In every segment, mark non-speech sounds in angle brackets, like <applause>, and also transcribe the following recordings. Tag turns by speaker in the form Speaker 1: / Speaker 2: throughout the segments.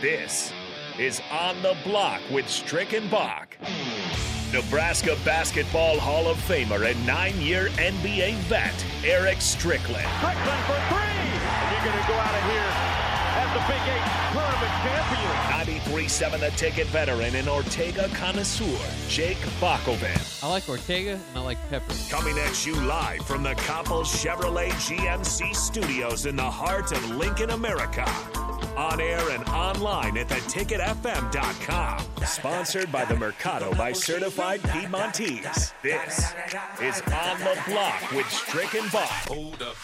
Speaker 1: This is On the Block with Stricken Bach. Nebraska Basketball Hall of Famer and nine year NBA vet, Eric Strickland.
Speaker 2: Strickland for three! And you're going to go out of here as the Big Eight tournament champion.
Speaker 1: 93.7 The Ticket veteran and Ortega connoisseur, Jake Bakovan.
Speaker 3: I like Ortega and I like Pepper.
Speaker 1: Coming at you live from the Coppel Chevrolet GMC studios in the heart of Lincoln, America. On air and online at theticketfm.com. Sponsored by the Mercado by Certified Piedmontese. This is On the Block with Stricken Bob.
Speaker 4: Hold up.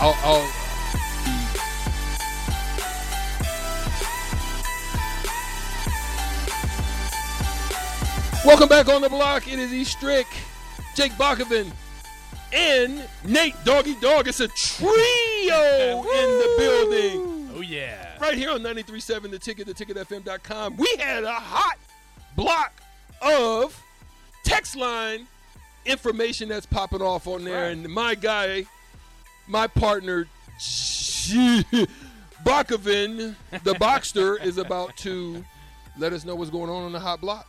Speaker 5: Oh, oh, welcome back on the block. It is E Strick, Jake Bakovin, and Nate Doggy Dog. It's a trio in the building.
Speaker 6: Oh yeah.
Speaker 5: Right here on 93.7 The Ticket, theticketfm.com. We had a hot block of text line information that's popping off on there. And my guy, my partner, <laughs> Bakovin, the Boxster, is about to let us know what's going on on the hot block.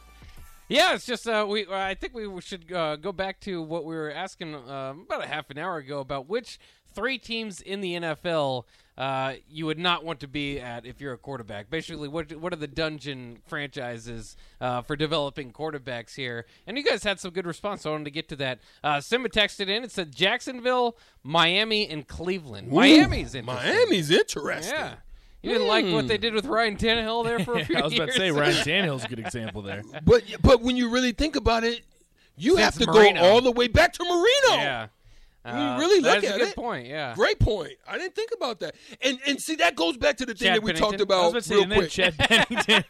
Speaker 3: Yeah, it's just uh, we. Uh, I think we should uh, go back to what we were asking um about a half an hour ago about which three teams in the NFL uh, you would not want to be at if you're a quarterback. Basically, what what are the dungeon franchises uh, for developing quarterbacks here? And you guys had some good response. So I wanted to get to that. Uh, Simba texted in. It said Jacksonville, Miami, and Cleveland. Miami's
Speaker 5: Ooh,
Speaker 3: in.
Speaker 5: Miami's interesting.
Speaker 3: Yeah. You didn't like what they did with Ryan Tannehill there
Speaker 6: <laughs>
Speaker 3: for a few
Speaker 6: Hmm. I was about to say
Speaker 3: years.
Speaker 6: Ryan Tannehill's a good example there.
Speaker 5: But but when you really think about it, you have to
Speaker 3: Marino.
Speaker 5: go all the way back to Marino.
Speaker 3: <laughs> Yeah.
Speaker 5: When you really look
Speaker 3: that's
Speaker 5: at
Speaker 3: Uh, a good
Speaker 5: it,
Speaker 3: point. Yeah.
Speaker 5: Great point. I didn't think about that. And and see that goes back to the thing
Speaker 6: Chad
Speaker 5: that we
Speaker 6: Pennington.
Speaker 5: talked about
Speaker 6: I was
Speaker 5: real
Speaker 6: about
Speaker 5: quick.
Speaker 6: to say,
Speaker 5: <laughs>
Speaker 6: and then Chad Pennington.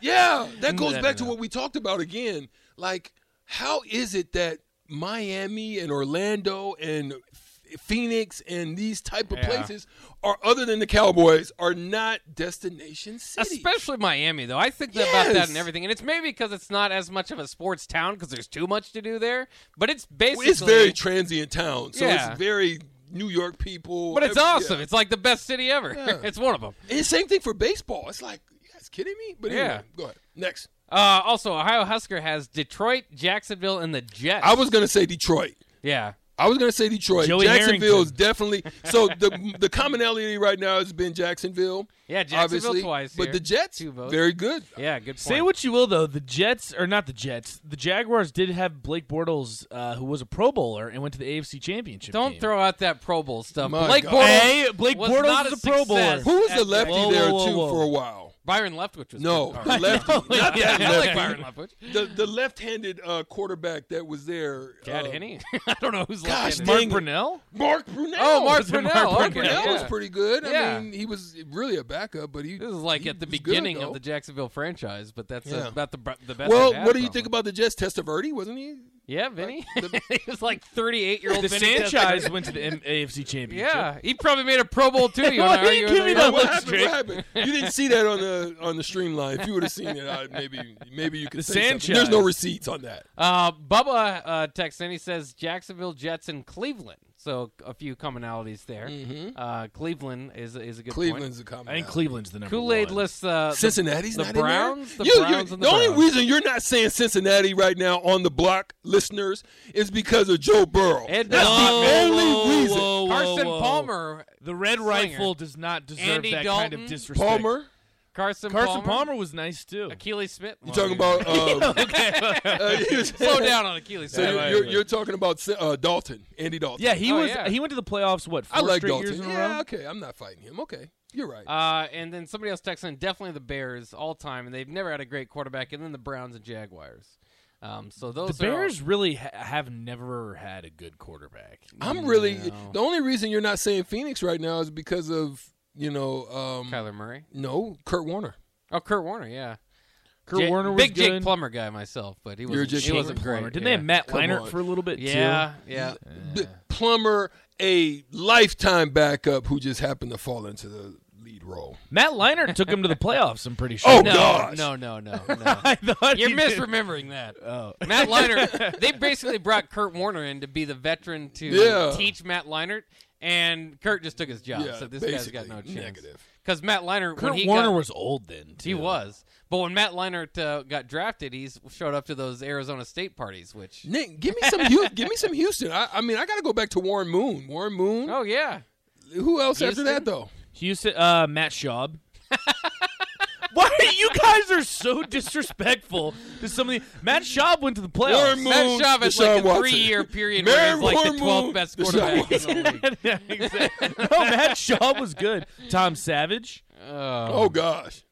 Speaker 5: Yeah,
Speaker 3: Mm,
Speaker 5: that goes
Speaker 6: No,
Speaker 5: back
Speaker 6: no,
Speaker 5: to
Speaker 6: no.
Speaker 5: what we talked about again. Like how is it that Miami and Orlando and F- Phoenix and these type of
Speaker 3: Yeah.
Speaker 5: places are other than the Cowboys are not destination cities.
Speaker 3: Especially Miami, though. I think that about that
Speaker 5: Yes.
Speaker 3: and everything. And it's maybe because it's not as much of a sports town because there's too much to do there. But it's
Speaker 5: Well,
Speaker 3: basically.
Speaker 5: it's very transient town, so
Speaker 3: Yeah.
Speaker 5: it's very New York people.
Speaker 3: but it's
Speaker 5: every-
Speaker 3: awesome.
Speaker 5: yeah.
Speaker 3: It's like the best city ever.
Speaker 5: Yeah.
Speaker 3: <laughs> it's one of them.
Speaker 5: And same thing for baseball. It's like, you guys kidding me? But anyway,
Speaker 3: Yeah.
Speaker 5: go ahead. Next.
Speaker 3: Uh, also, Ohio Husker has Detroit, Jacksonville, and the Jets.
Speaker 5: I was going to say Detroit.
Speaker 3: Yeah.
Speaker 5: I was going to say Detroit.
Speaker 6: Joey
Speaker 5: Jacksonville is definitely
Speaker 3: <laughs>
Speaker 5: so the the commonality right now has been Jacksonville.
Speaker 3: Yeah, Jacksonville
Speaker 5: obviously,
Speaker 3: twice
Speaker 5: But
Speaker 3: here.
Speaker 5: the Jets
Speaker 3: Two votes.
Speaker 5: very good.
Speaker 3: Yeah, good point.
Speaker 6: say what you will, though. The Jets, or not the Jets, the Jaguars did have Blake Bortles, uh, who was a Pro Bowler and went to the AFC Championship.
Speaker 3: Don't
Speaker 6: game.
Speaker 3: throw out that Pro Bowl stuff.
Speaker 5: My
Speaker 3: Blake
Speaker 5: God.
Speaker 3: Bortles.
Speaker 6: Hey, Blake
Speaker 3: was
Speaker 6: Bortles
Speaker 3: not
Speaker 6: is
Speaker 3: a
Speaker 6: a Pro Bowler.
Speaker 3: success
Speaker 6: <laughs>
Speaker 5: Who was
Speaker 3: at
Speaker 5: the lefty
Speaker 6: Whoa,
Speaker 5: there
Speaker 6: whoa,
Speaker 5: too
Speaker 6: whoa.
Speaker 5: for a while?
Speaker 3: Byron Leftwich was <laughs>
Speaker 5: No,
Speaker 3: good.
Speaker 5: the <laughs> lefty. Not
Speaker 3: Yeah, <laughs>
Speaker 5: that
Speaker 3: I like Byron
Speaker 5: lefty.
Speaker 3: Leftwich.
Speaker 5: The the left-handed uh, quarterback that was there.
Speaker 3: Chad
Speaker 5: uh,
Speaker 3: Henne? I don't know who's
Speaker 5: gosh,
Speaker 3: left.
Speaker 5: dang
Speaker 6: Mark
Speaker 5: it.
Speaker 6: Brunell?
Speaker 5: Mark Brunell.
Speaker 3: Oh, Mark
Speaker 6: Was it
Speaker 3: Brunell.
Speaker 6: Mark
Speaker 3: okay,
Speaker 6: Brunell?
Speaker 5: Brunell
Speaker 3: yeah.
Speaker 5: was pretty good. I
Speaker 3: Yeah.
Speaker 5: mean, he was really a backup, but he
Speaker 3: This is like
Speaker 5: he
Speaker 3: at the
Speaker 5: was good,
Speaker 3: beginning
Speaker 5: though.
Speaker 3: of the Jacksonville franchise, but that's
Speaker 5: Yeah.
Speaker 3: about the br- the best.
Speaker 5: Well,
Speaker 3: I've had
Speaker 5: what do you
Speaker 3: from
Speaker 5: think
Speaker 3: him.
Speaker 5: about the Jets? Testaverde wasn't he?
Speaker 3: Yeah, Vinny. <laughs>
Speaker 5: the-
Speaker 3: he was like 38 year old.
Speaker 6: The
Speaker 3: Vinny
Speaker 6: Sanchez went to the M- AFC Championship.
Speaker 3: Yeah, he probably made a Pro Bowl too. You
Speaker 6: Why
Speaker 3: wanna
Speaker 6: do you
Speaker 3: argue
Speaker 6: give
Speaker 3: with <laughs>
Speaker 6: me
Speaker 3: that?
Speaker 6: that
Speaker 5: what
Speaker 6: looks
Speaker 5: happened?
Speaker 6: great.
Speaker 5: What happened? You didn't see that on the on the stream line. If you would have seen it, I, maybe maybe you could.
Speaker 6: The
Speaker 5: say something.
Speaker 6: Sanchez.
Speaker 5: There's no receipts on that.
Speaker 3: Uh, Bubba uh, texts in. He says Jacksonville Jets and Cleveland. So a few commonalities there. Uh, Cleveland is is a good
Speaker 5: Mm-hmm. Cleveland's
Speaker 3: point.
Speaker 5: a comment.
Speaker 6: I think Cleveland's the number
Speaker 3: Kool Aid
Speaker 6: one.
Speaker 3: lists uh, the-
Speaker 5: Cincinnati's
Speaker 3: the
Speaker 5: not
Speaker 3: Browns,
Speaker 5: in
Speaker 3: the
Speaker 5: there. You- you-
Speaker 3: Browns, and the
Speaker 5: only
Speaker 3: Browns.
Speaker 5: reason you're not saying Cincinnati right now on the block, listeners, is because of Joe Burrow.
Speaker 3: Ed
Speaker 5: That's
Speaker 3: Whoa,
Speaker 5: the only reason.
Speaker 6: whoa, whoa,
Speaker 3: Carson
Speaker 6: whoa.
Speaker 3: Palmer,
Speaker 6: The Red
Speaker 3: Slinger.
Speaker 6: Rifle does not deserve
Speaker 3: Andy
Speaker 6: that kind
Speaker 3: Dalton.
Speaker 6: of disrespect.
Speaker 5: Palmer,
Speaker 3: Carson
Speaker 6: Carson
Speaker 3: Palmer,
Speaker 6: Palmer was nice too.
Speaker 3: Achilles Smith.
Speaker 5: you
Speaker 3: <laughs>
Speaker 5: talking about? Uh, <laughs> uh, you-
Speaker 3: slow down on Achilles.
Speaker 5: So
Speaker 3: Smith.
Speaker 5: <laughs> you're,
Speaker 6: right,
Speaker 5: you're,
Speaker 6: right.
Speaker 5: you're talking about uh, Dalton, Andy Dalton.
Speaker 6: Yeah, he
Speaker 3: Oh,
Speaker 6: was.
Speaker 3: yeah.
Speaker 6: He went to the playoffs. What? Four
Speaker 5: I like
Speaker 6: straight
Speaker 5: Dalton.
Speaker 6: years in a
Speaker 5: yeah,
Speaker 6: row.
Speaker 5: okay, I'm not fighting him. Okay, you're right.
Speaker 3: Uh, and then somebody else texted in, definitely the Bears all time, and they've never had a great quarterback. And then the Browns and Jaguars. Um, so
Speaker 6: The
Speaker 3: those are all-
Speaker 6: Bears really ha- have never had a good quarterback.
Speaker 5: I'm really
Speaker 3: No.
Speaker 5: the only reason you're not saying Phoenix right now is because of you know um,
Speaker 3: Kyler Murray.
Speaker 5: no Kurt Warner.
Speaker 3: Oh, Kurt Warner. Yeah,
Speaker 6: Kurt
Speaker 3: Ja-
Speaker 6: Warner was
Speaker 3: big
Speaker 6: good.
Speaker 3: Jake Plummer guy myself, but he
Speaker 5: You're
Speaker 3: wasn't.
Speaker 5: just
Speaker 3: he
Speaker 5: Jake
Speaker 3: wasn't
Speaker 6: Plummer.
Speaker 3: great. yeah.
Speaker 6: Didn't they have Matt
Speaker 5: Come
Speaker 6: Leinart
Speaker 5: on.
Speaker 6: for a little bit
Speaker 3: Yeah,
Speaker 6: too? <laughs>
Speaker 3: yeah.
Speaker 5: B- Plummer, a lifetime backup who just happened to fall into the lead role.
Speaker 6: Matt Leinart took him to the playoffs. I'm pretty sure.
Speaker 3: <laughs>
Speaker 5: Oh,
Speaker 3: no,
Speaker 5: gosh.
Speaker 3: no, no,
Speaker 6: <laughs>
Speaker 3: no, no.
Speaker 6: I thought
Speaker 3: You're
Speaker 6: he did.
Speaker 3: misremembering that.
Speaker 6: Oh. <laughs>
Speaker 3: Matt Leinart. they basically brought Kurt Warner in to be the veteran to
Speaker 5: Yeah.
Speaker 3: teach Matt Leinart, and Kurt just took his job. so this guy's got
Speaker 5: basically,
Speaker 3: no chance.
Speaker 5: Negative.
Speaker 3: because Matt Leinart
Speaker 6: Kurt
Speaker 3: when he
Speaker 6: Warner
Speaker 3: got,
Speaker 6: was old then. Too.
Speaker 3: he was, but when Matt Leinart uh, got drafted, he's showed up to those Arizona State parties, which
Speaker 5: Nick, give me some. Hu- give me some Houston. I, I mean, I got to go back to Warren Moon. Warren Moon.
Speaker 3: oh yeah,
Speaker 5: Who else
Speaker 3: Houston?
Speaker 5: after that though?
Speaker 6: Houston. Uh, Matt Schaub.
Speaker 3: <laughs>
Speaker 6: Why you guys are so disrespectful to somebody? Matt Schaub went to the
Speaker 5: Warren
Speaker 6: playoffs.
Speaker 5: Moon.
Speaker 3: Matt Schaub has
Speaker 5: Deshaun
Speaker 3: like a
Speaker 5: Watson.
Speaker 3: three-year period
Speaker 5: Mary
Speaker 3: where he's like the
Speaker 5: Warren
Speaker 3: 12th
Speaker 5: Moon,
Speaker 3: best
Speaker 5: Deshaun
Speaker 3: quarterback <laughs> in the
Speaker 5: <laughs> Watson.
Speaker 3: league.
Speaker 6: yeah, exactly. <laughs> No, Matt Schaub was good. Tom Savage.
Speaker 3: <laughs>
Speaker 5: Oh gosh,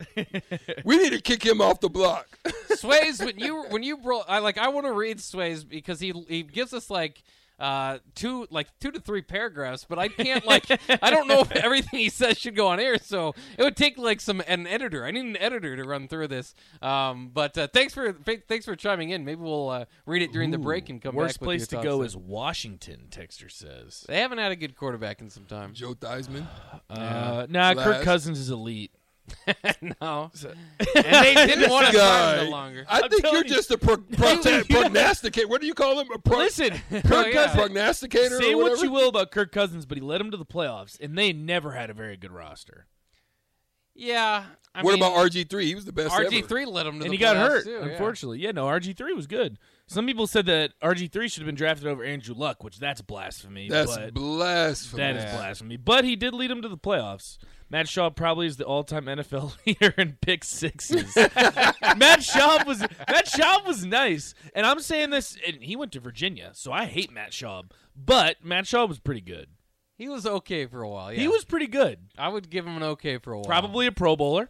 Speaker 5: we need to kick him off the block.
Speaker 3: Sways, when you when you bro- I like I want to read Sways because he he gives us like uh two like two to three paragraphs, but I can't like I don't
Speaker 6: <laughs>
Speaker 3: know if everything he says should go on air, so it would take like some an editor. I need an editor to run through this. Um, but uh, thanks for fa- thanks for chiming in. Maybe we'll uh, read it during the break and come back.
Speaker 6: Worst
Speaker 3: with
Speaker 6: place to
Speaker 3: your
Speaker 6: go
Speaker 3: thoughts.
Speaker 6: is Washington. Texter says.
Speaker 3: they haven't had a good quarterback in some
Speaker 5: <laughs>
Speaker 3: time.
Speaker 5: Joe Theismann.
Speaker 6: Uh, nah, Kirk
Speaker 5: Last.
Speaker 6: Cousins is elite.
Speaker 3: no, and
Speaker 5: <laughs>
Speaker 3: they didn't want to sign him
Speaker 5: Guy.
Speaker 3: no longer.
Speaker 5: I
Speaker 6: I'm
Speaker 5: think
Speaker 6: telling
Speaker 5: you're
Speaker 6: you.
Speaker 5: just
Speaker 3: <laughs>
Speaker 5: a pro- prota- prognosticate. What do you call him? A pro-
Speaker 6: Listen,
Speaker 5: Kirk
Speaker 3: Oh, yeah.
Speaker 5: prognosticator. or
Speaker 6: say what
Speaker 5: whatever?
Speaker 6: you will about Kirk Cousins, but he led him to the playoffs, and they never had a very good roster.
Speaker 3: Yeah. I
Speaker 5: what
Speaker 3: mean,
Speaker 5: about RG three? He was the best.
Speaker 3: RG
Speaker 5: ever.
Speaker 3: three led him to
Speaker 6: and
Speaker 3: the
Speaker 6: he got
Speaker 3: playoffs
Speaker 6: hurt,
Speaker 3: too, yeah.
Speaker 6: unfortunately. Yeah. no, RG3 was good. Some people said that RG3 should have been drafted over Andrew Luck, which that's blasphemy.
Speaker 5: That's
Speaker 6: but
Speaker 5: blasphemy.
Speaker 6: that is blasphemy. But he did lead him to the playoffs. Matt Schaub probably is the all-time NFL <laughs> leader in pick
Speaker 3: <laughs>
Speaker 6: sixes. Matt Schaub was Matt Schaub was nice, and I'm saying this, and he went to Virginia, so I hate Matt Schaub. But Matt Schaub was pretty good.
Speaker 3: He was okay for a while. Yeah.
Speaker 6: He was pretty good.
Speaker 3: I would give him an okay for a while.
Speaker 6: Probably a Pro Bowler.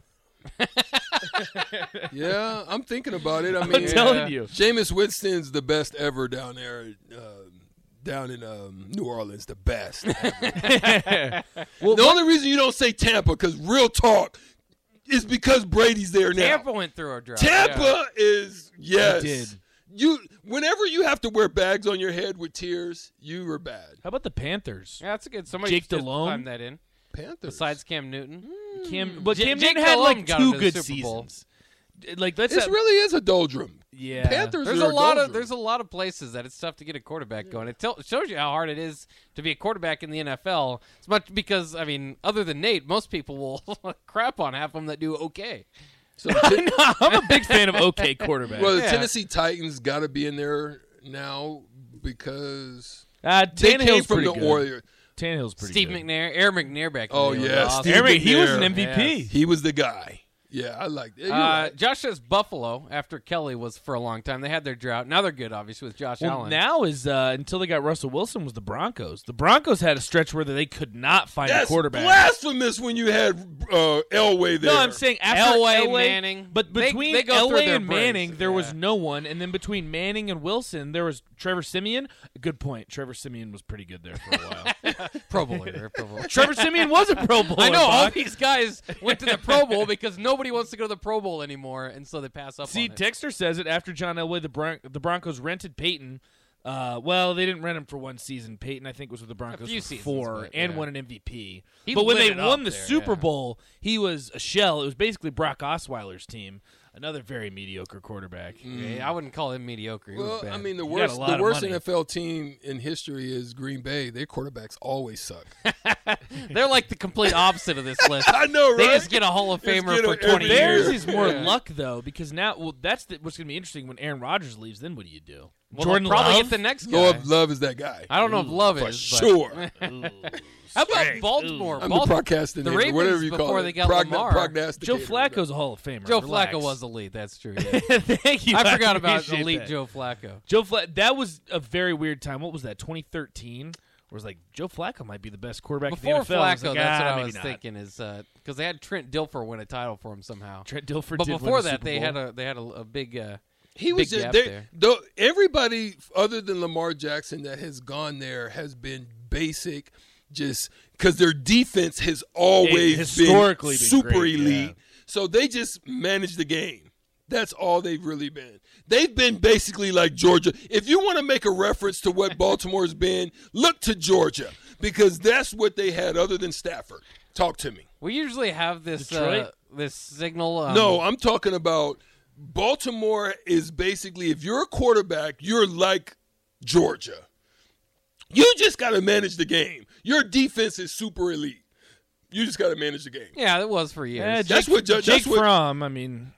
Speaker 5: <laughs> Yeah, I'm thinking about it. I
Speaker 6: I'm
Speaker 5: mean,
Speaker 6: telling you.
Speaker 5: Jameis Winston's the best ever down there, uh, down in um, New Orleans. The best.
Speaker 6: <laughs>
Speaker 5: ever. the only reason you don't say Tampa, because real talk, is because Brady's there now.
Speaker 3: Tampa went through a drought.
Speaker 5: Tampa
Speaker 3: yeah.
Speaker 5: is yes.
Speaker 6: They did.
Speaker 5: You whenever you have to wear bags on your head with tears, you are bad.
Speaker 6: How about the Panthers?
Speaker 3: Yeah, that's a good. Somebody
Speaker 6: Jake
Speaker 3: should
Speaker 6: DeLone?
Speaker 3: climb that in.
Speaker 5: Panthers.
Speaker 3: Besides Cam Newton,
Speaker 6: Cam, but
Speaker 3: J-
Speaker 6: Cam
Speaker 3: Jake
Speaker 6: Newton had
Speaker 3: Delhomme
Speaker 6: like
Speaker 3: got
Speaker 6: two
Speaker 3: him to the
Speaker 6: good
Speaker 3: Super Bowl.
Speaker 6: seasons. Like that's
Speaker 5: this
Speaker 6: not-
Speaker 5: really is a doldrum.
Speaker 6: yeah.
Speaker 5: Panthers.
Speaker 3: there's
Speaker 5: are
Speaker 3: a lot of
Speaker 5: doldrum.
Speaker 3: there's a lot of places that it's tough to get a quarterback going. It tell, shows you how hard it is to be a quarterback in the NFL. It's much because I mean, other than Nate, most people will <laughs> crap on half of them that do okay.
Speaker 5: So the
Speaker 3: <laughs>
Speaker 5: Ten-
Speaker 6: I'm a big fan of okay quarterback.
Speaker 5: well, the
Speaker 3: Yeah.
Speaker 5: Tennessee Titans got to be in there now because
Speaker 6: uh,
Speaker 5: they
Speaker 6: Tannehill's
Speaker 5: came from
Speaker 6: pretty
Speaker 5: the
Speaker 6: good.
Speaker 5: Warriors.
Speaker 6: Tannehill's pretty
Speaker 3: Steve
Speaker 6: good.
Speaker 3: McNair, Air McNair back. in
Speaker 5: Oh,
Speaker 3: the day was
Speaker 5: yeah,
Speaker 3: awesome.
Speaker 5: Steve
Speaker 6: Eric, he was an
Speaker 5: McNair.
Speaker 6: MVP.
Speaker 5: He was the guy. Yeah, I like that. You're
Speaker 3: Uh,
Speaker 5: right.
Speaker 3: Josh says Buffalo after Kelly was for a long time. They had their drought. Now they're good, obviously, with Josh
Speaker 6: Well,
Speaker 3: Allen.
Speaker 6: now is uh, until they got Russell Wilson was the Broncos. The Broncos had a stretch where they could not find
Speaker 5: That's
Speaker 6: a quarterback.
Speaker 5: blasphemous when you had uh, Elway there.
Speaker 6: No, I'm saying after
Speaker 3: Elway,
Speaker 6: Elway-
Speaker 3: Manning.
Speaker 6: But
Speaker 3: They-
Speaker 6: between
Speaker 3: they go through
Speaker 6: Elway
Speaker 3: their
Speaker 6: and Manning,
Speaker 3: breaks,
Speaker 6: there
Speaker 3: yeah.
Speaker 6: was no one, and then between Manning and Wilson, there was Trevor Simeon. Good point. Trevor Simeon was pretty good there for a
Speaker 3: <laughs>
Speaker 6: while.
Speaker 3: Pro Bowler.
Speaker 6: <laughs>
Speaker 3: Pro Bowler.
Speaker 6: Trevor Simeon was a Pro Bowler.
Speaker 3: I know all
Speaker 6: Bach.
Speaker 3: these guys went to the Pro Bowl because nobody wants to go to the Pro Bowl anymore, and so they pass up.
Speaker 6: See,
Speaker 3: on it.
Speaker 6: Dexter says it after John Elway, the, Bron- the Broncos rented Peyton. Uh, well, they didn't rent him for one season. Peyton, I think, was with the Broncos
Speaker 3: few
Speaker 6: for
Speaker 3: seasons,
Speaker 6: four
Speaker 3: but,
Speaker 6: and
Speaker 3: yeah.
Speaker 6: won an MVP.
Speaker 3: He
Speaker 6: but when
Speaker 3: lit
Speaker 6: they
Speaker 3: it up
Speaker 6: won the
Speaker 3: there,
Speaker 6: Super
Speaker 3: yeah.
Speaker 6: Bowl, he was a shell. It was basically Brock Osweiler's team, another very mediocre quarterback.
Speaker 3: Yeah, I wouldn't call him mediocre. He was
Speaker 5: Well,
Speaker 3: bad.
Speaker 5: I mean, the
Speaker 6: You got a
Speaker 5: worst
Speaker 6: lot
Speaker 5: the
Speaker 6: of
Speaker 5: worst
Speaker 6: money.
Speaker 5: NFL team in history is Green Bay. Their quarterbacks always suck. <laughs>
Speaker 3: they're like the complete opposite of
Speaker 6: <laughs>
Speaker 3: this list.
Speaker 5: I know, right?
Speaker 3: They just get a Hall of
Speaker 5: Just
Speaker 3: Famer
Speaker 5: get
Speaker 3: for
Speaker 5: it
Speaker 3: twenty
Speaker 5: every year.
Speaker 3: years.
Speaker 6: Theirs is more
Speaker 3: Yeah.
Speaker 6: luck though, because now well, that's the, what's going to be interesting when Aaron Rodgers leaves. Then what do you do?
Speaker 3: Well,
Speaker 6: Jordan
Speaker 3: they'll probably
Speaker 6: Love?
Speaker 3: hit the next guy.
Speaker 5: Lord Love is that guy.
Speaker 3: I don't know if love
Speaker 5: for
Speaker 3: is but- <laughs>
Speaker 5: sure.
Speaker 3: How about Baltimore?
Speaker 5: I'm
Speaker 3: Bal-
Speaker 5: a procrastinator,
Speaker 3: the Ravens
Speaker 5: whatever you call
Speaker 3: before
Speaker 5: it.
Speaker 3: they got
Speaker 5: Progno-
Speaker 3: Lamar,
Speaker 6: Joe
Speaker 5: prognosticator.
Speaker 6: Flacco's a Hall of Famer.
Speaker 3: Joe
Speaker 6: Relax.
Speaker 3: Flacco
Speaker 6: <laughs>
Speaker 3: was elite. That's true. yeah.
Speaker 6: Thank you.
Speaker 3: I forgot about
Speaker 6: appreciate
Speaker 3: elite
Speaker 6: that.
Speaker 3: Joe Flacco.
Speaker 6: Joe Flacco. That was a very weird time. What was that? 2013. Where it's like Joe Flacco might be the best quarterback
Speaker 3: Before
Speaker 6: in the NFL. I was
Speaker 3: Flacco,
Speaker 6: like,
Speaker 3: that's
Speaker 6: "Ah,
Speaker 3: what I
Speaker 6: maybe
Speaker 3: was
Speaker 6: not."
Speaker 3: thinking is because they had Trent Dilfer win a title for him somehow.
Speaker 6: Trent Dilfer.
Speaker 3: but
Speaker 6: did win
Speaker 3: before
Speaker 6: the
Speaker 3: that,
Speaker 6: Super
Speaker 3: they
Speaker 6: Bowl.
Speaker 3: had a they had a, a big. Uh,
Speaker 5: He was
Speaker 3: Big
Speaker 5: just
Speaker 3: gap
Speaker 5: there.
Speaker 3: there.
Speaker 5: Though everybody other than Lamar Jackson that has gone there has been basic, just because their defense has always
Speaker 6: historically been
Speaker 5: super
Speaker 6: great,
Speaker 5: elite.
Speaker 6: yeah.
Speaker 5: So they just manage the game. That's all they've really been. They've been basically like Georgia. If you want to make a reference to what Baltimore's been, look to Georgia because that's what they had other than Stafford. Talk to me.
Speaker 3: we usually have this uh,
Speaker 6: Detroit?
Speaker 3: this signal. Um,
Speaker 5: No, I'm talking about Baltimore is basically if you're a quarterback, you're like Georgia. You just got to manage the game. Your defense is super elite. You just got to manage
Speaker 3: <laughs>
Speaker 5: the game.
Speaker 3: Yeah, it was for years.
Speaker 6: Eh,
Speaker 5: That's
Speaker 6: Jake,
Speaker 5: what Judge-
Speaker 6: Jake
Speaker 5: that's what-
Speaker 6: Fromm. I mean,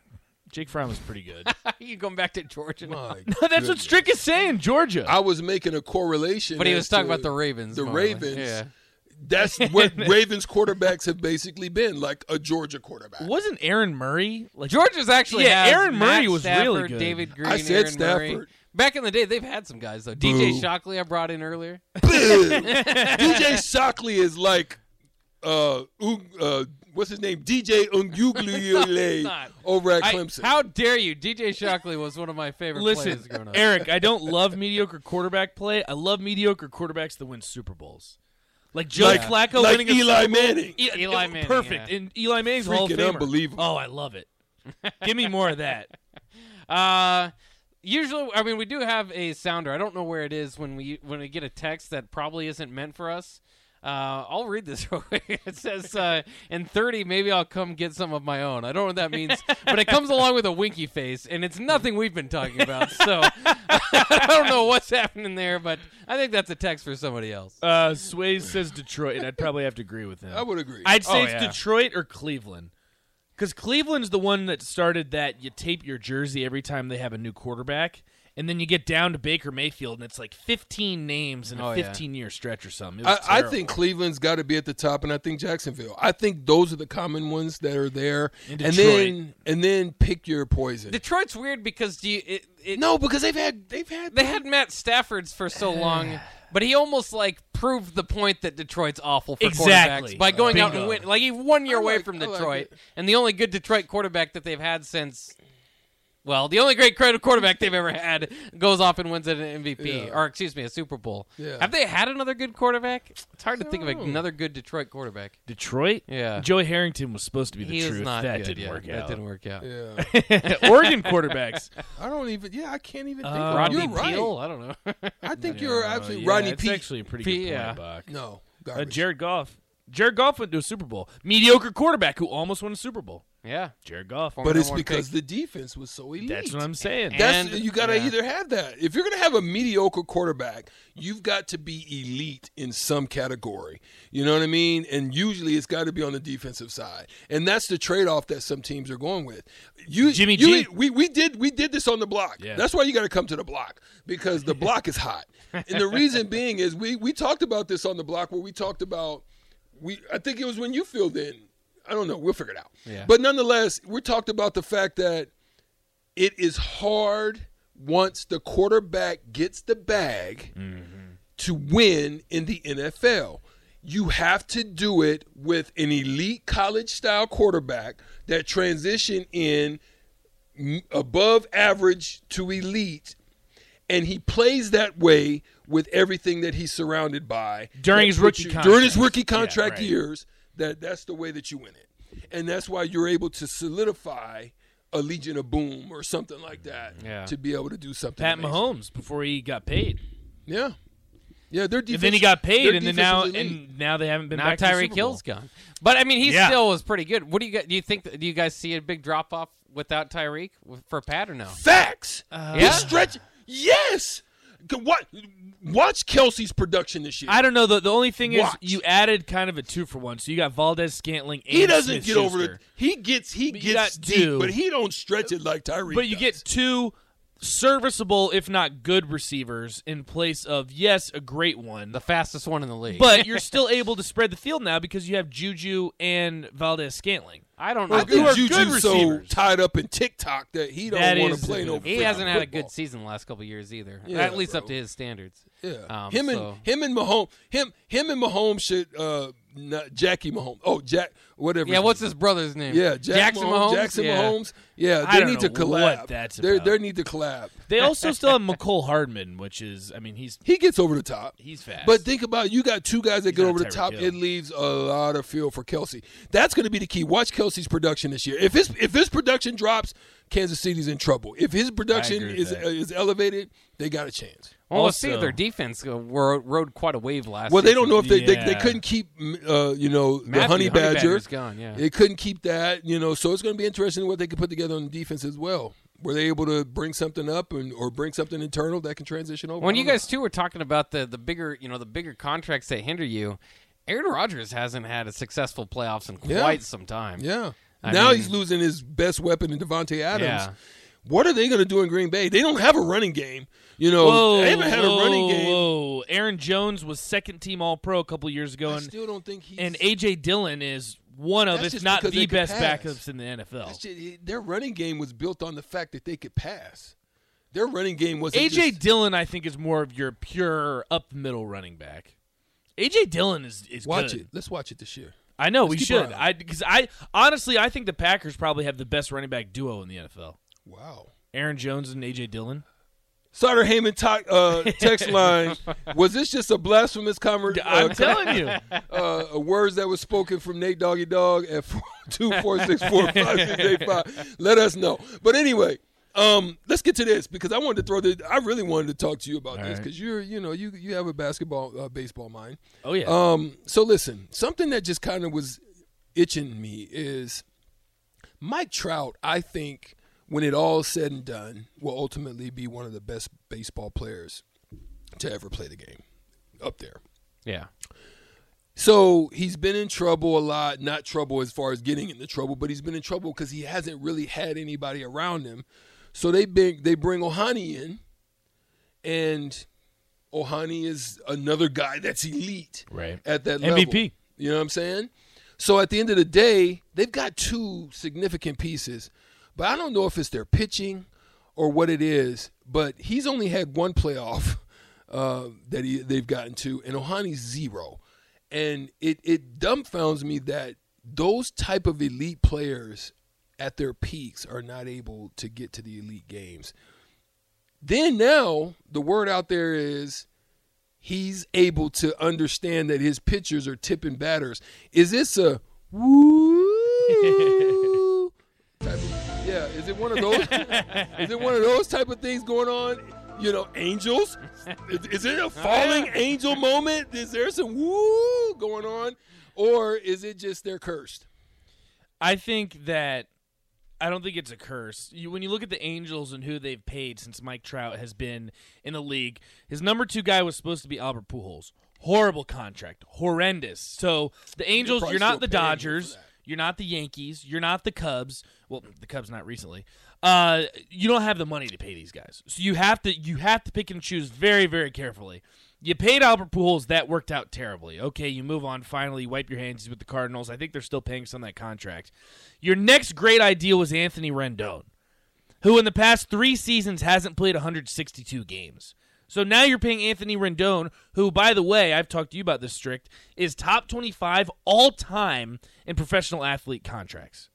Speaker 6: Jake Fromm is
Speaker 3: <laughs>
Speaker 6: pretty good.
Speaker 3: <laughs> you going back to Georgia? now.
Speaker 5: My
Speaker 6: that's what
Speaker 5: goodness.
Speaker 6: Strick is saying. Georgia.
Speaker 5: I was making a correlation.
Speaker 3: But he
Speaker 5: as
Speaker 3: was talking
Speaker 5: to-
Speaker 3: about the Ravens.
Speaker 5: The
Speaker 3: more or less.
Speaker 5: Ravens.
Speaker 3: Yeah.
Speaker 5: That's
Speaker 3: <laughs>
Speaker 5: what Ravens quarterbacks have basically been, like a Georgia quarterback.
Speaker 6: Wasn't Aaron Murray like
Speaker 3: Georgia's actually
Speaker 6: Yeah,
Speaker 3: has
Speaker 6: Aaron Murray
Speaker 3: Matt
Speaker 6: was
Speaker 3: Stafford,
Speaker 6: really good.
Speaker 3: David Green,
Speaker 5: I said
Speaker 3: Aaron Murray.
Speaker 5: Stafford.
Speaker 3: Back in the day, they've had some guys though. DJ Shockley, I brought in earlier.
Speaker 5: DJ Shockley is like, uh, Ung- uh, what's his name?
Speaker 3: <laughs>
Speaker 5: DJ Ungugliele
Speaker 3: not.
Speaker 5: over at
Speaker 3: I-
Speaker 5: Clemson.
Speaker 3: how dare you? DJ Shockley was one of my favorite
Speaker 6: Listen,
Speaker 3: players growing up.
Speaker 6: Eric, I don't love mediocre quarterback play. I love mediocre quarterbacks that win Super Bowls. Like Joe
Speaker 5: like
Speaker 6: Flacco
Speaker 5: like
Speaker 6: winning a
Speaker 5: Eli Manning.
Speaker 6: E-
Speaker 3: Eli
Speaker 6: it-
Speaker 3: Manning,
Speaker 6: Perfect.
Speaker 3: yeah.
Speaker 6: And Eli Manning's a Hall of
Speaker 5: Freaking
Speaker 6: Famer.
Speaker 5: unbelievable.
Speaker 6: Oh, I love it. Give me more of that.
Speaker 3: Uh, usually, I mean, we do have a sounder. I don't know where it is when we when we get a text that probably isn't meant for us. Uh, I'll read this <laughs> real quick. It says, uh, "In thirty, maybe I'll come get some of my own." I don't know what that means, but it comes along with a winky face, and it's nothing we've been talking about. So <laughs> I don't know what's happening there, but I think that's a text for somebody else.
Speaker 6: Uh, Swayze says Detroit, and I'd probably have to agree with him.
Speaker 5: I would agree.
Speaker 6: I'd say
Speaker 3: Oh,
Speaker 6: it's
Speaker 3: yeah.
Speaker 6: Detroit or Cleveland. Because Cleveland's the one that started that you tape your jersey every time they have a new quarterback. And then you get down to Baker Mayfield, and it's like 15 names in
Speaker 3: Oh,
Speaker 6: a
Speaker 3: yeah.
Speaker 6: 15 year stretch or something. It
Speaker 5: I,
Speaker 6: was
Speaker 5: I
Speaker 6: terrible.
Speaker 5: think Cleveland's got to be at the top, and I think Jacksonville. I think those are the common ones that are there.
Speaker 6: And
Speaker 5: and then and then pick your poison.
Speaker 3: Detroit's weird because do you, it, it,
Speaker 5: no, because they've had they've had
Speaker 3: they had Matt Stafford's for so long,
Speaker 6: <sighs>
Speaker 3: but he almost like proved the point that Detroit's awful for
Speaker 6: Exactly.
Speaker 3: quarterbacks by going out and
Speaker 6: Bingo.
Speaker 3: win. Like he one year
Speaker 5: I
Speaker 3: away
Speaker 5: like-
Speaker 3: from
Speaker 5: I like
Speaker 3: Detroit,
Speaker 5: it.
Speaker 3: and the only good Detroit quarterback that they've had since. Well, the only great credit quarterback they've ever had goes off and wins an MVP,
Speaker 5: Yeah.
Speaker 3: or excuse me, a Super Bowl.
Speaker 5: Yeah.
Speaker 3: Have they had another good quarterback? It's hard to think of another good Detroit quarterback.
Speaker 6: Detroit?
Speaker 3: Yeah.
Speaker 6: Joey Harrington was supposed to be the
Speaker 3: he
Speaker 6: truth.
Speaker 3: was not
Speaker 6: that
Speaker 3: good.
Speaker 6: didn't
Speaker 3: yeah,
Speaker 6: work
Speaker 3: That
Speaker 6: out.
Speaker 3: didn't work out.
Speaker 5: <laughs> Yeah,
Speaker 6: <laughs> Oregon quarterbacks.
Speaker 5: I don't even. Yeah, I can't even think.
Speaker 6: Uh,
Speaker 5: of
Speaker 3: Rodney
Speaker 5: you're right.
Speaker 3: Peele. I don't
Speaker 6: <laughs>
Speaker 3: know.
Speaker 5: I think you're absolutely
Speaker 6: Yeah,
Speaker 5: Rodney
Speaker 6: it's
Speaker 5: Pete.
Speaker 6: actually a pretty
Speaker 3: Pete,
Speaker 6: good point,
Speaker 3: yeah.
Speaker 5: <laughs>
Speaker 6: Buck.
Speaker 5: no,
Speaker 6: Uh,
Speaker 5: garbage.
Speaker 6: Jared Goff. Jared Goff went to a Super Bowl. Mediocre quarterback who almost won a Super Bowl.
Speaker 3: yeah.
Speaker 6: Jared Goff.
Speaker 5: but it's
Speaker 3: Number one
Speaker 5: because
Speaker 3: pick.
Speaker 5: the defense was so elite.
Speaker 6: That's what I'm saying.
Speaker 5: That's
Speaker 3: And-
Speaker 5: you got to
Speaker 3: yeah.
Speaker 5: either have that. If you're going to have a mediocre quarterback, you've got to be elite in some category. You know what I mean? And usually it's got to be on the defensive side. And that's the trade-off that some teams are going with. You
Speaker 6: Jimmy
Speaker 5: you-
Speaker 6: G.
Speaker 5: we we did we did this on the block.
Speaker 6: Yeah.
Speaker 5: That's why you got to come to the block because the block is hot. And the reason being is we we talked about this on the block where we talked about we I think it was when you filled in. I don't know. We'll figure it out.
Speaker 3: Yeah.
Speaker 5: But nonetheless, we talked about the fact that it is hard once the quarterback gets the bag
Speaker 6: Mm-hmm.
Speaker 5: to win in the NFL. You have to do it with an elite college style quarterback that transition in m- above average to elite and he plays that way with everything that he's surrounded by
Speaker 6: During
Speaker 5: That
Speaker 6: his
Speaker 5: puts
Speaker 6: rookie
Speaker 5: you- during his
Speaker 6: contract.
Speaker 5: rookie contract
Speaker 6: right.
Speaker 5: years that that's the way that you win it and that's why you're able to solidify a legion of boom or something like that
Speaker 3: Yeah.
Speaker 5: to be able to do something
Speaker 6: Pat
Speaker 5: amazing.
Speaker 6: Mahomes before he got paid.
Speaker 5: yeah yeah their defense
Speaker 6: And then he got
Speaker 5: their
Speaker 6: paid, and then
Speaker 5: defense
Speaker 6: now
Speaker 5: is elite.
Speaker 6: and now they haven't been
Speaker 3: Now
Speaker 6: back to the
Speaker 3: Tyreek
Speaker 6: Super Bowl.
Speaker 3: Hill's gone, but I mean he
Speaker 6: Yeah.
Speaker 3: still was pretty good. What do you guys, do? You think do you guys see a big drop off without Tyreek w- for Pat or no?
Speaker 5: facts
Speaker 3: Yeah.
Speaker 6: Uh-huh.
Speaker 5: yeah. stretch yes what watch Kelsey's production this year
Speaker 6: I don't know. The, the only thing
Speaker 5: Watch.
Speaker 6: is you added kind of a two for one. So you got Valdez Scantling. And
Speaker 5: He doesn't
Speaker 6: Smith-Schuster.
Speaker 5: get over it. He gets he
Speaker 6: But you
Speaker 5: gets
Speaker 6: got
Speaker 5: deep,
Speaker 6: two.
Speaker 5: but he don't stretch it like Tyreek.
Speaker 6: But you
Speaker 5: does.
Speaker 6: get two serviceable, if not good, receivers in place of yes, a great one.
Speaker 3: The fastest one in the league.
Speaker 6: <laughs> But you're still able to spread the field now because you have Juju and Valdez Scantling.
Speaker 3: I don't know.
Speaker 5: Well,
Speaker 6: I think
Speaker 5: I
Speaker 6: who are
Speaker 5: think
Speaker 6: good
Speaker 5: Juju's so
Speaker 6: receivers.
Speaker 5: tied up in TikTok that he don't
Speaker 6: That
Speaker 5: want
Speaker 6: is-
Speaker 5: to play no.
Speaker 3: he
Speaker 6: he
Speaker 5: freaking
Speaker 3: hasn't had a good
Speaker 5: football.
Speaker 3: season the last couple of years either.
Speaker 5: Yeah,
Speaker 3: At least
Speaker 5: bro.
Speaker 3: up to his standards.
Speaker 5: Yeah,
Speaker 3: Um,
Speaker 5: him and
Speaker 3: so-
Speaker 5: him and Mahomes, him him and Mahomes should uh, not Jackie Mahomes. Oh, Jack, whatever.
Speaker 3: Yeah,
Speaker 5: his
Speaker 3: what's
Speaker 5: name
Speaker 3: his brother's name?
Speaker 5: is. Yeah, Jack
Speaker 3: Jackson Mahomes.
Speaker 5: Jackson
Speaker 3: yeah.
Speaker 5: Mahomes. Yeah, they
Speaker 6: I don't
Speaker 5: need
Speaker 6: know
Speaker 5: to collab.
Speaker 6: what that's
Speaker 5: they
Speaker 6: about.
Speaker 5: they need to collab.
Speaker 6: They also still have McCole Hardman, which is, I mean, he's
Speaker 5: He gets over the top.
Speaker 6: he's fast.
Speaker 5: But think about it, you got two guys that get
Speaker 6: not
Speaker 5: over the
Speaker 6: Tyreek
Speaker 5: top.
Speaker 6: Hill.
Speaker 5: It leaves a lot of field for Kelsey. That's going to be the key. Watch Kelsey's production this year. If his if his production drops, Kansas City's in trouble. If his production
Speaker 6: agree with
Speaker 5: is
Speaker 6: that.
Speaker 5: is elevated, they got a chance.
Speaker 3: Well, let's see.
Speaker 6: Also-
Speaker 3: Their defense uh, rode, rode quite a wave last.
Speaker 5: Well, they don't know if they they, they
Speaker 6: Yeah.
Speaker 5: couldn't keep uh, you know the
Speaker 3: Matthew,
Speaker 5: honey badger.
Speaker 3: has gone. Yeah.
Speaker 5: They couldn't keep that, you know. So it's going to be interesting what they can put together on the defense as well. Were they able to bring something up and or bring something internal that can transition over?
Speaker 3: When
Speaker 5: I
Speaker 3: you
Speaker 5: don't know.
Speaker 3: guys too were talking about the the bigger you know the bigger contracts that hinder you, Aaron Rodgers hasn't had a successful playoffs in
Speaker 5: Yeah.
Speaker 3: quite some time.
Speaker 5: Yeah.
Speaker 3: I
Speaker 5: now
Speaker 3: mean-
Speaker 5: he's losing his best weapon in Devontae Adams.
Speaker 3: Yeah.
Speaker 5: What are they going to do in Green Bay? They don't have a running game. You know,
Speaker 6: Whoa,
Speaker 5: they haven't had
Speaker 6: whoa,
Speaker 5: a running game.
Speaker 6: Whoa. Aaron Jones was second team All Pro a couple years ago,
Speaker 5: I
Speaker 6: and,
Speaker 5: still don't think he's.
Speaker 6: and AJ Dillon is one of,
Speaker 5: That's
Speaker 6: if
Speaker 5: just
Speaker 6: not
Speaker 5: because
Speaker 6: the
Speaker 5: they could
Speaker 6: best
Speaker 5: pass.
Speaker 6: backups in the NFL.
Speaker 5: That's just- their running game was built on the fact that they could pass. Their running game was
Speaker 6: AJ Dillon, I think, is more of your pure up middle running back. AJ Dillon is is
Speaker 5: Watch
Speaker 6: good.
Speaker 5: it. Let's watch it this year.
Speaker 6: I know we
Speaker 5: keep
Speaker 6: should.
Speaker 5: an eye on
Speaker 6: I because I honestly I think the Packers probably have the best running back duo in the NFL.
Speaker 5: Wow.
Speaker 6: Aaron Jones and AJ Dillon.
Speaker 5: Sarter Heyman talk,
Speaker 6: <laughs>
Speaker 5: uh, text line. Was this just a blasphemous conversation?
Speaker 6: I'm telling you,
Speaker 5: <laughs> uh, uh, words that were spoken from Nate Doggy Dog at two four <laughs> six four
Speaker 6: <laughs>
Speaker 5: five six eight five. Let us know. But anyway, um, let's get to this because I wanted to throw the. I really wanted to talk to you about this
Speaker 6: right.
Speaker 5: because you're you know you you have a basketball uh, baseball mind.
Speaker 6: <laughs> oh yeah,
Speaker 5: Um, so listen, something that just kind of was itching me is Mike Trout. I think when it all said and done, will ultimately be one of the best baseball players to ever play the game. Up there.
Speaker 3: Yeah.
Speaker 5: So he's been in trouble a lot. Not trouble as far as getting into trouble, but he's been in trouble because he hasn't really had anybody around him. So they bring they bring Ohani in, and Ohani is another guy that's elite
Speaker 6: right.
Speaker 5: at that level.
Speaker 6: MVP.
Speaker 5: You know what I'm saying? So at the end of the day, they've got two significant pieces, but I don't know if it's their pitching or what it is. But he's only had one playoff <laughs> uh, that he, they've gotten to, and Ohani's zero, and it it dumbfounds me that those type of elite players at their peaks are not able to get to the elite games. Then now the word out there is he's able to understand that his pitchers are tipping batters. Is this a woo type of, yeah, is it one of those is it one of those type of things going on? You know, angels? Is, is it a falling angel moment? Is there some woo going on? Or is it just they're cursed?
Speaker 6: I think that I don't think it's a curse. You, when you look at the Angels and who they've paid since Mike Trout has been in the league, his number two guy was supposed to be Albert Pujols. Horrible contract, horrendous. So the Angels,
Speaker 5: probably
Speaker 6: you're
Speaker 5: still
Speaker 6: not the
Speaker 5: paying him for
Speaker 6: Dodgers,
Speaker 5: that.
Speaker 6: you're not the Yankees, you're not the Cubs. Well, the Cubs not recently. Uh, you don't have the money to pay these guys, so you have to you have to pick and choose very very carefully. You paid Albert Pujols, that worked out terribly. Okay, you move on. Finally, you wipe your hands with the Cardinals. I think they're still paying some of that contract. Your next great idea was Anthony Rendon who in the past three seasons hasn't played 162 games. So now you're paying Anthony Rendon, who, by the way, I've talked to you about this strict, is top 25 all time in professional athlete contracts.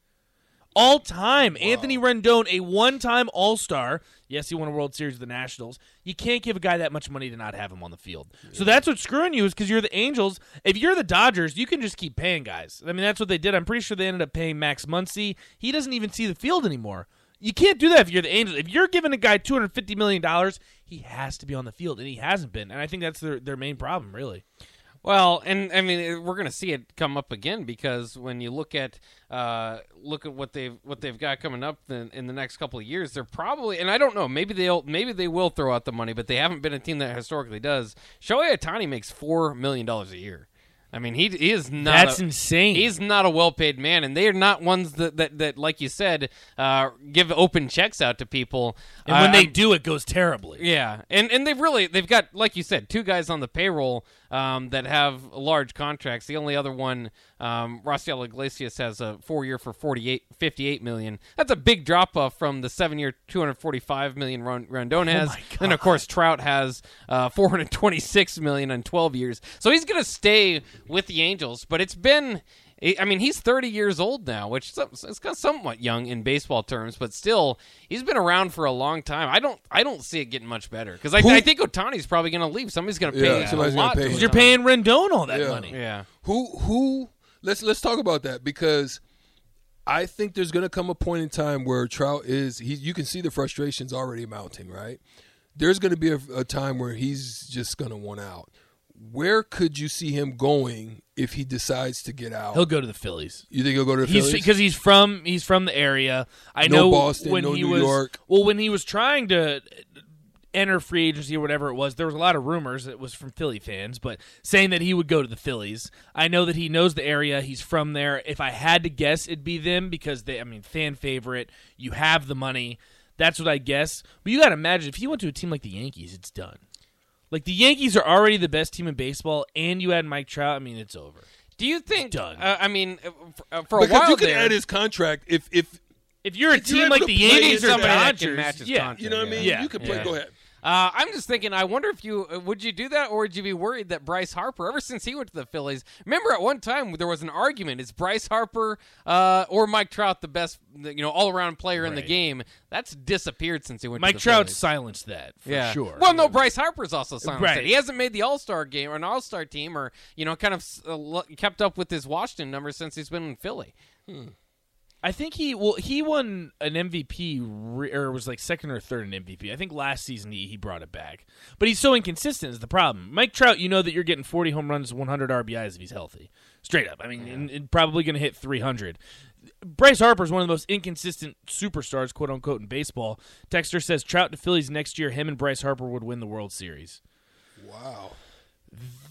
Speaker 6: All time. Anthony Rendon, a one time All Star. Yes, he won a World Series with the Nationals. You can't give a guy that much money to not have him on the field. So that's what's screwing you is because you're the Angels. If you're the Dodgers, you can just keep paying guys. I mean, that's what they did. I'm pretty sure they ended up paying Max Muncy. He doesn't even see the field anymore. You can't do that if you're the Angels. If you're giving a guy two hundred fifty million dollars, he has to be on the field, and he hasn't been. And I think that's their their main problem, really.
Speaker 3: Well, and I mean, it- we're going to see it come up again because when you look at uh, look at what they've what they've got coming up in, in the next couple of years, they're probably and I don't know, maybe they'll maybe they will throw out the money, but they haven't been a team that historically does. Shohei Otani makes four million dollars a year. I mean, he, he is not.
Speaker 6: That's
Speaker 3: a-
Speaker 6: insane.
Speaker 3: He's not a well-paid man, and they are not ones that that, that like you said, uh, give open checks out to people. Uh,
Speaker 6: And when
Speaker 3: I-
Speaker 6: they
Speaker 3: I'm-
Speaker 6: do, it goes terribly.
Speaker 3: yeah, and and they've really they've got like you said two guys on the payroll um, that have large contracts. The only other one, um, Rossiel Iglesias, has a four year for 48, 58 million. That's a big drop off from the seven year two hundred forty five million Ron- Rondon has.
Speaker 6: my
Speaker 3: and of course Trout has uh, four hundred twenty six million on twelve years. So he's gonna stay with the Angels, but it's been. I I mean, he's 30 years old now, which some- it's kind of somewhat young in baseball terms, but still, he's been around for a long time. I don't, I don't see it getting much better because I,
Speaker 5: Who-
Speaker 3: I think Otani's probably going to leave. Somebody's going to pay
Speaker 5: Yeah,
Speaker 3: a
Speaker 5: somebody's gonna
Speaker 3: lot.
Speaker 5: pay
Speaker 3: to
Speaker 5: him.
Speaker 6: Because you're paying Rendon all that
Speaker 5: Yeah.
Speaker 6: money.
Speaker 3: Yeah,
Speaker 5: Who who let's let's talk about that because I think there's going to come a point in time where Trout is he you can see the frustrations already mounting, right? There's going to be a, a time where he's just going to want out. Where could you see him going if he decides to get out?
Speaker 6: He'll go to the Phillies.
Speaker 5: you think he'll go to the
Speaker 6: He's
Speaker 5: Phillies?
Speaker 6: because he's from he's from the area. I
Speaker 5: No
Speaker 6: know
Speaker 5: Boston,
Speaker 6: when
Speaker 5: no
Speaker 6: he
Speaker 5: New
Speaker 6: was
Speaker 5: York.
Speaker 6: well when he was trying to enter free agency or whatever it was, there was a lot of rumors. It was from Philly fans, but saying that he would go to the Phillies. I know that he knows the area. He's from there. If I had to guess, it'd be them because they, I mean, fan favorite. You have the money. That's what I guess. But you got to imagine if he went to a team like the Yankees, it's done. Like the Yankees are already the best team in baseball, and you add Mike Trout. I mean, it's over.
Speaker 3: Do you think?
Speaker 6: Done.
Speaker 3: Uh, I mean, uh, for, uh, for a
Speaker 5: because
Speaker 3: while
Speaker 5: you could
Speaker 3: there,
Speaker 5: add his contract if if
Speaker 6: If you're a
Speaker 5: If you're
Speaker 6: team
Speaker 5: able
Speaker 6: like
Speaker 5: to
Speaker 6: the
Speaker 5: play
Speaker 6: Yankees or
Speaker 3: somebody that
Speaker 6: Dodgers,
Speaker 3: can match his
Speaker 6: yeah,
Speaker 3: contract.
Speaker 5: you know what I mean.
Speaker 6: Yeah.
Speaker 5: You could play.
Speaker 6: Yeah.
Speaker 5: Go ahead.
Speaker 3: Uh, I'm just thinking. I wonder if you uh, would you do that, or would you be worried that Bryce Harper, ever since he went to the Phillies, remember at one time there was an argument: is Bryce Harper uh, or Mike Trout the best, you know, all around player in the
Speaker 6: Right.
Speaker 3: game? That's disappeared since he went.
Speaker 6: Mike
Speaker 3: to the
Speaker 6: Trout
Speaker 3: Phillies.
Speaker 6: silenced that for
Speaker 3: yeah.
Speaker 6: sure.
Speaker 3: Well, no, Bryce Harper's also signed.
Speaker 6: Right.
Speaker 3: He hasn't made the All Star game or an All Star team, or you know, kind of uh, lo- kept up with his Washington number since he's been in Philly.
Speaker 6: I think he well he won an MVP re- or was like second or third in MVP. I think last season he, he brought it back, but he's so inconsistent is the problem. Mike Trout, you know that you're getting 40 home runs, 100 RBIs if he's healthy, straight up. I mean, and, and probably going to hit 300. Bryce Harper is one of the most inconsistent superstars, quote unquote, in baseball. Texter says Trout to Phillies next year, him and Bryce Harper would win the World Series.
Speaker 5: Wow.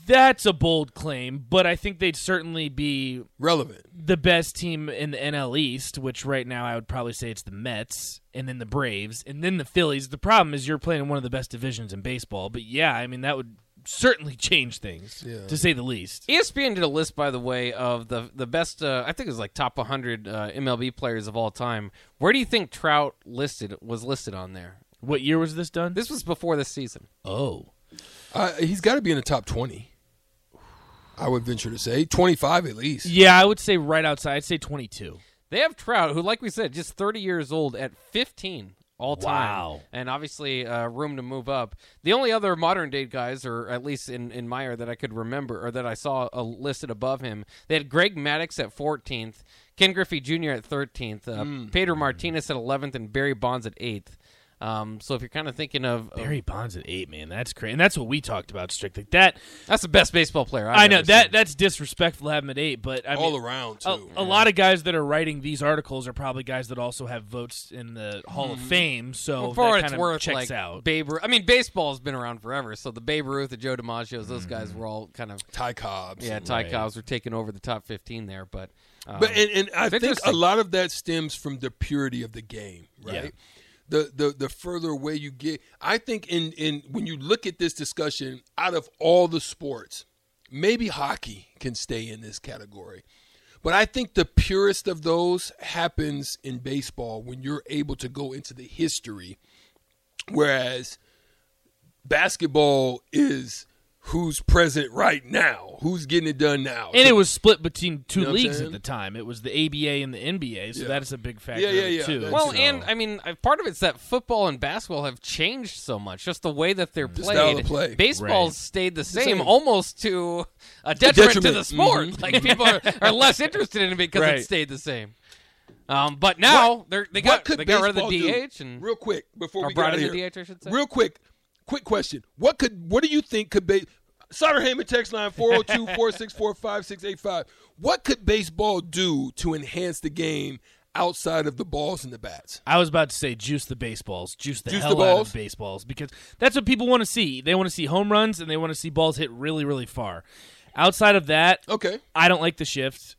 Speaker 6: That's a bold claim, but I think they'd certainly be
Speaker 5: Relevant.
Speaker 6: the best team in the NL East, which right now I would probably say it's the Mets and then the Braves and then the Phillies. The problem is you're playing in one of the best divisions in baseball. But yeah, I mean that would certainly <laughs> change things to say the least.
Speaker 3: ESPN did a list, by the way, of the the best. Uh, I think it was like top 100 uh, MLB players of all time. Where do you think Trout listed was listed on there?
Speaker 6: What year was this done?
Speaker 3: This was before this season.
Speaker 6: oh,
Speaker 5: Uh, he's got to be in the top twenty. I would venture to say twenty-five at least.
Speaker 6: yeah, I would say right outside. I'd say 22.
Speaker 3: They have Trout, who, like we said, just 30 years old at 15 all time.
Speaker 6: Wow.
Speaker 3: And obviously, uh, room to move up. The only other modern day guys, or at least in, in Meyer that I could remember, or that I saw uh, listed above him, they had Greg Maddox at 14th, Ken Griffey Jr. at 13th, uh,
Speaker 6: Hmm.
Speaker 3: Pedro Martinez at 11th, and Barry Bonds at 8th. Um, so if you're kind of thinking of, uh, of-
Speaker 6: Barry Bonds at eight, man, that's crazy, and that's what we talked about. Strict like that.
Speaker 3: that's the best baseball player. I've
Speaker 6: i know
Speaker 3: ever
Speaker 6: that
Speaker 3: seen.
Speaker 6: that's disrespectful to have him at eight, but I mean,
Speaker 5: All around too.
Speaker 6: a, Oh, a lot of guys that are writing these articles are probably guys that also have votes in the Hall
Speaker 5: Mm-hmm.
Speaker 6: of Fame. So
Speaker 3: Well, for
Speaker 6: oh, that
Speaker 3: what
Speaker 6: kind
Speaker 3: it's
Speaker 6: of
Speaker 3: worth,
Speaker 6: checks
Speaker 3: like
Speaker 6: out.
Speaker 3: Babe. Ru- I mean, baseball's been around forever, so the Babe Ruth, the Joe DiMaggio's,
Speaker 6: Hmm.
Speaker 3: those guys were all kind of
Speaker 5: Ty Cobbs.
Speaker 3: Yeah, Ty Cobbs were taking over the top 15 there, but um,
Speaker 5: But and, and I
Speaker 3: It's
Speaker 5: think a
Speaker 3: interesting.
Speaker 5: lot of that stems from the purity of the game, right?
Speaker 6: Yeah.
Speaker 5: The, the the further away you get, I think in in when you look at this discussion, out of all the sports, maybe hockey can stay in this category. But I think the purest of those happens in baseball when you're able to go into the history, whereas basketball is who's present right now, who's getting it done now.
Speaker 6: and it was split between two
Speaker 5: know what I'm
Speaker 6: leagues
Speaker 5: saying?
Speaker 6: at the time. It was the ABA and the NBA, so
Speaker 5: Yeah.
Speaker 6: that is a big factor
Speaker 5: Yeah, yeah,
Speaker 6: of it,
Speaker 5: yeah,
Speaker 6: too.
Speaker 5: that's-
Speaker 3: well,
Speaker 5: So-
Speaker 3: and I mean, I- part of it's that football and basketball have changed so much, just the way that they're played.
Speaker 5: style of play.
Speaker 3: Baseball's
Speaker 6: Right.
Speaker 3: stayed the same,
Speaker 5: same.
Speaker 3: almost to a detriment, to
Speaker 5: detriment. Mm-hmm.
Speaker 3: the sport. Like people are, are
Speaker 5: <laughs>
Speaker 3: less interested in it because
Speaker 6: Right.
Speaker 3: it stayed the same. Um, but now they're, they got
Speaker 5: could
Speaker 3: they got rid of
Speaker 5: baseball
Speaker 3: the
Speaker 5: do?
Speaker 3: DH and
Speaker 5: real quick before
Speaker 3: or
Speaker 5: we get
Speaker 3: brought
Speaker 5: out
Speaker 3: in
Speaker 5: of
Speaker 3: the
Speaker 5: here,
Speaker 3: DH, I should say.
Speaker 5: real quick, quick question: What could what do you think could be? Sutter Heyman text line 402-464-5685. What could baseball do to enhance the game outside of the balls and the bats?
Speaker 6: I was about to say juice the baseballs, juice the
Speaker 5: Juice
Speaker 6: hell
Speaker 5: the
Speaker 6: out
Speaker 5: balls?
Speaker 6: of baseballs because that's what people want to see. They want to see home runs and they want to see balls hit really, really far. Outside of that,
Speaker 5: Okay.
Speaker 6: I don't like the shift.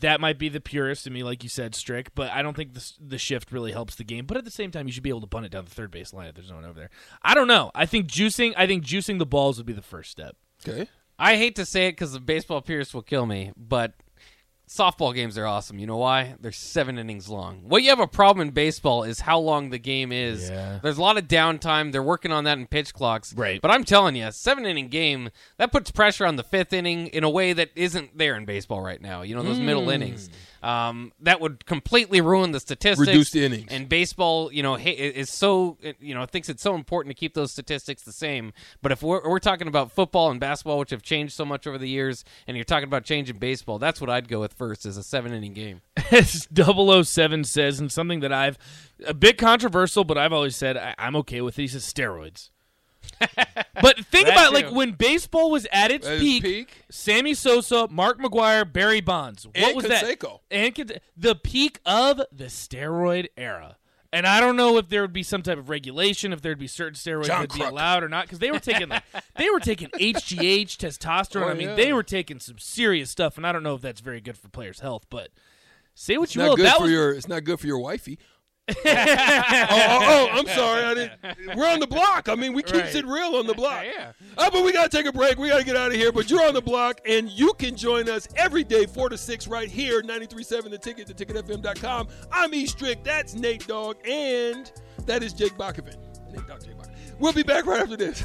Speaker 6: That might be the purist in me, like you said, Strick. But I don't think the the shift really helps the game. But at the same time, you should be able to bunt it down the third base line if there's no one over there. I don't know. I think juicing. I think juicing the balls would be the first step.
Speaker 5: Okay.
Speaker 3: I hate to say it because the baseball Pierce will kill me, but softball games are awesome. You know why? They're seven innings long. What you have a problem in baseball is how long the game is.
Speaker 6: Yeah.
Speaker 3: There's a lot of downtime. They're working on that in pitch clocks.
Speaker 6: Right.
Speaker 3: But I'm telling you, a seven inning game that puts pressure on the fifth inning in a way that isn't there in baseball right now. You know those
Speaker 6: Hmm.
Speaker 3: middle innings. Um, that would completely ruin the statistics.
Speaker 5: Reduce the innings.
Speaker 3: And baseball, you know, ha- is so it- you know thinks it's so important to keep those statistics the same. But if we're, we're talking about football and basketball, which have changed so much over the years, and you're talking about changing baseball, that's what I'd go with first is a seven inning game.
Speaker 6: as 007 says, and something that I've a bit controversial, but I've always said I, I'm okay with. He says steroids. <laughs> but think
Speaker 3: That
Speaker 6: about
Speaker 3: too.
Speaker 6: like when baseball was at its
Speaker 5: At its
Speaker 6: peak,
Speaker 5: peak.
Speaker 6: Sammy Sosa, Mark McGuire, Barry Bonds. What
Speaker 5: And
Speaker 6: was that?
Speaker 5: Canseco.
Speaker 6: And Canse- the peak of the steroid era. And I don't know if there would be some type of regulation, if there'd be certain steroids
Speaker 5: John
Speaker 6: that'd be
Speaker 5: Crook.
Speaker 6: allowed or not, because they were
Speaker 5: <laughs>
Speaker 6: taking like, they were taking HGH, testosterone.
Speaker 5: Oh,
Speaker 6: I mean,
Speaker 5: yeah.
Speaker 6: they were taking some serious stuff, and I don't know if that's very good for players' health. But say what
Speaker 5: It's
Speaker 6: you
Speaker 5: not
Speaker 6: will,
Speaker 5: good
Speaker 6: that
Speaker 5: for
Speaker 6: was
Speaker 5: your. It's not good for your wifey. oh, oh, oh, I'm sorry. I didn't. We're on the block. I mean, we keeps
Speaker 6: Right.
Speaker 5: it real on the block.
Speaker 3: Yeah.
Speaker 5: Oh, but we gotta take a break. We gotta get out of here. But you're on the block, and you can join us every day, four to six, right here, 93.7 The Ticket, theticketfm.com. I'm E Strick. That's Nate Dogg, and that is Jake Bakovic. Nate Dogg, Jake Bakovic. We'll be back right after this.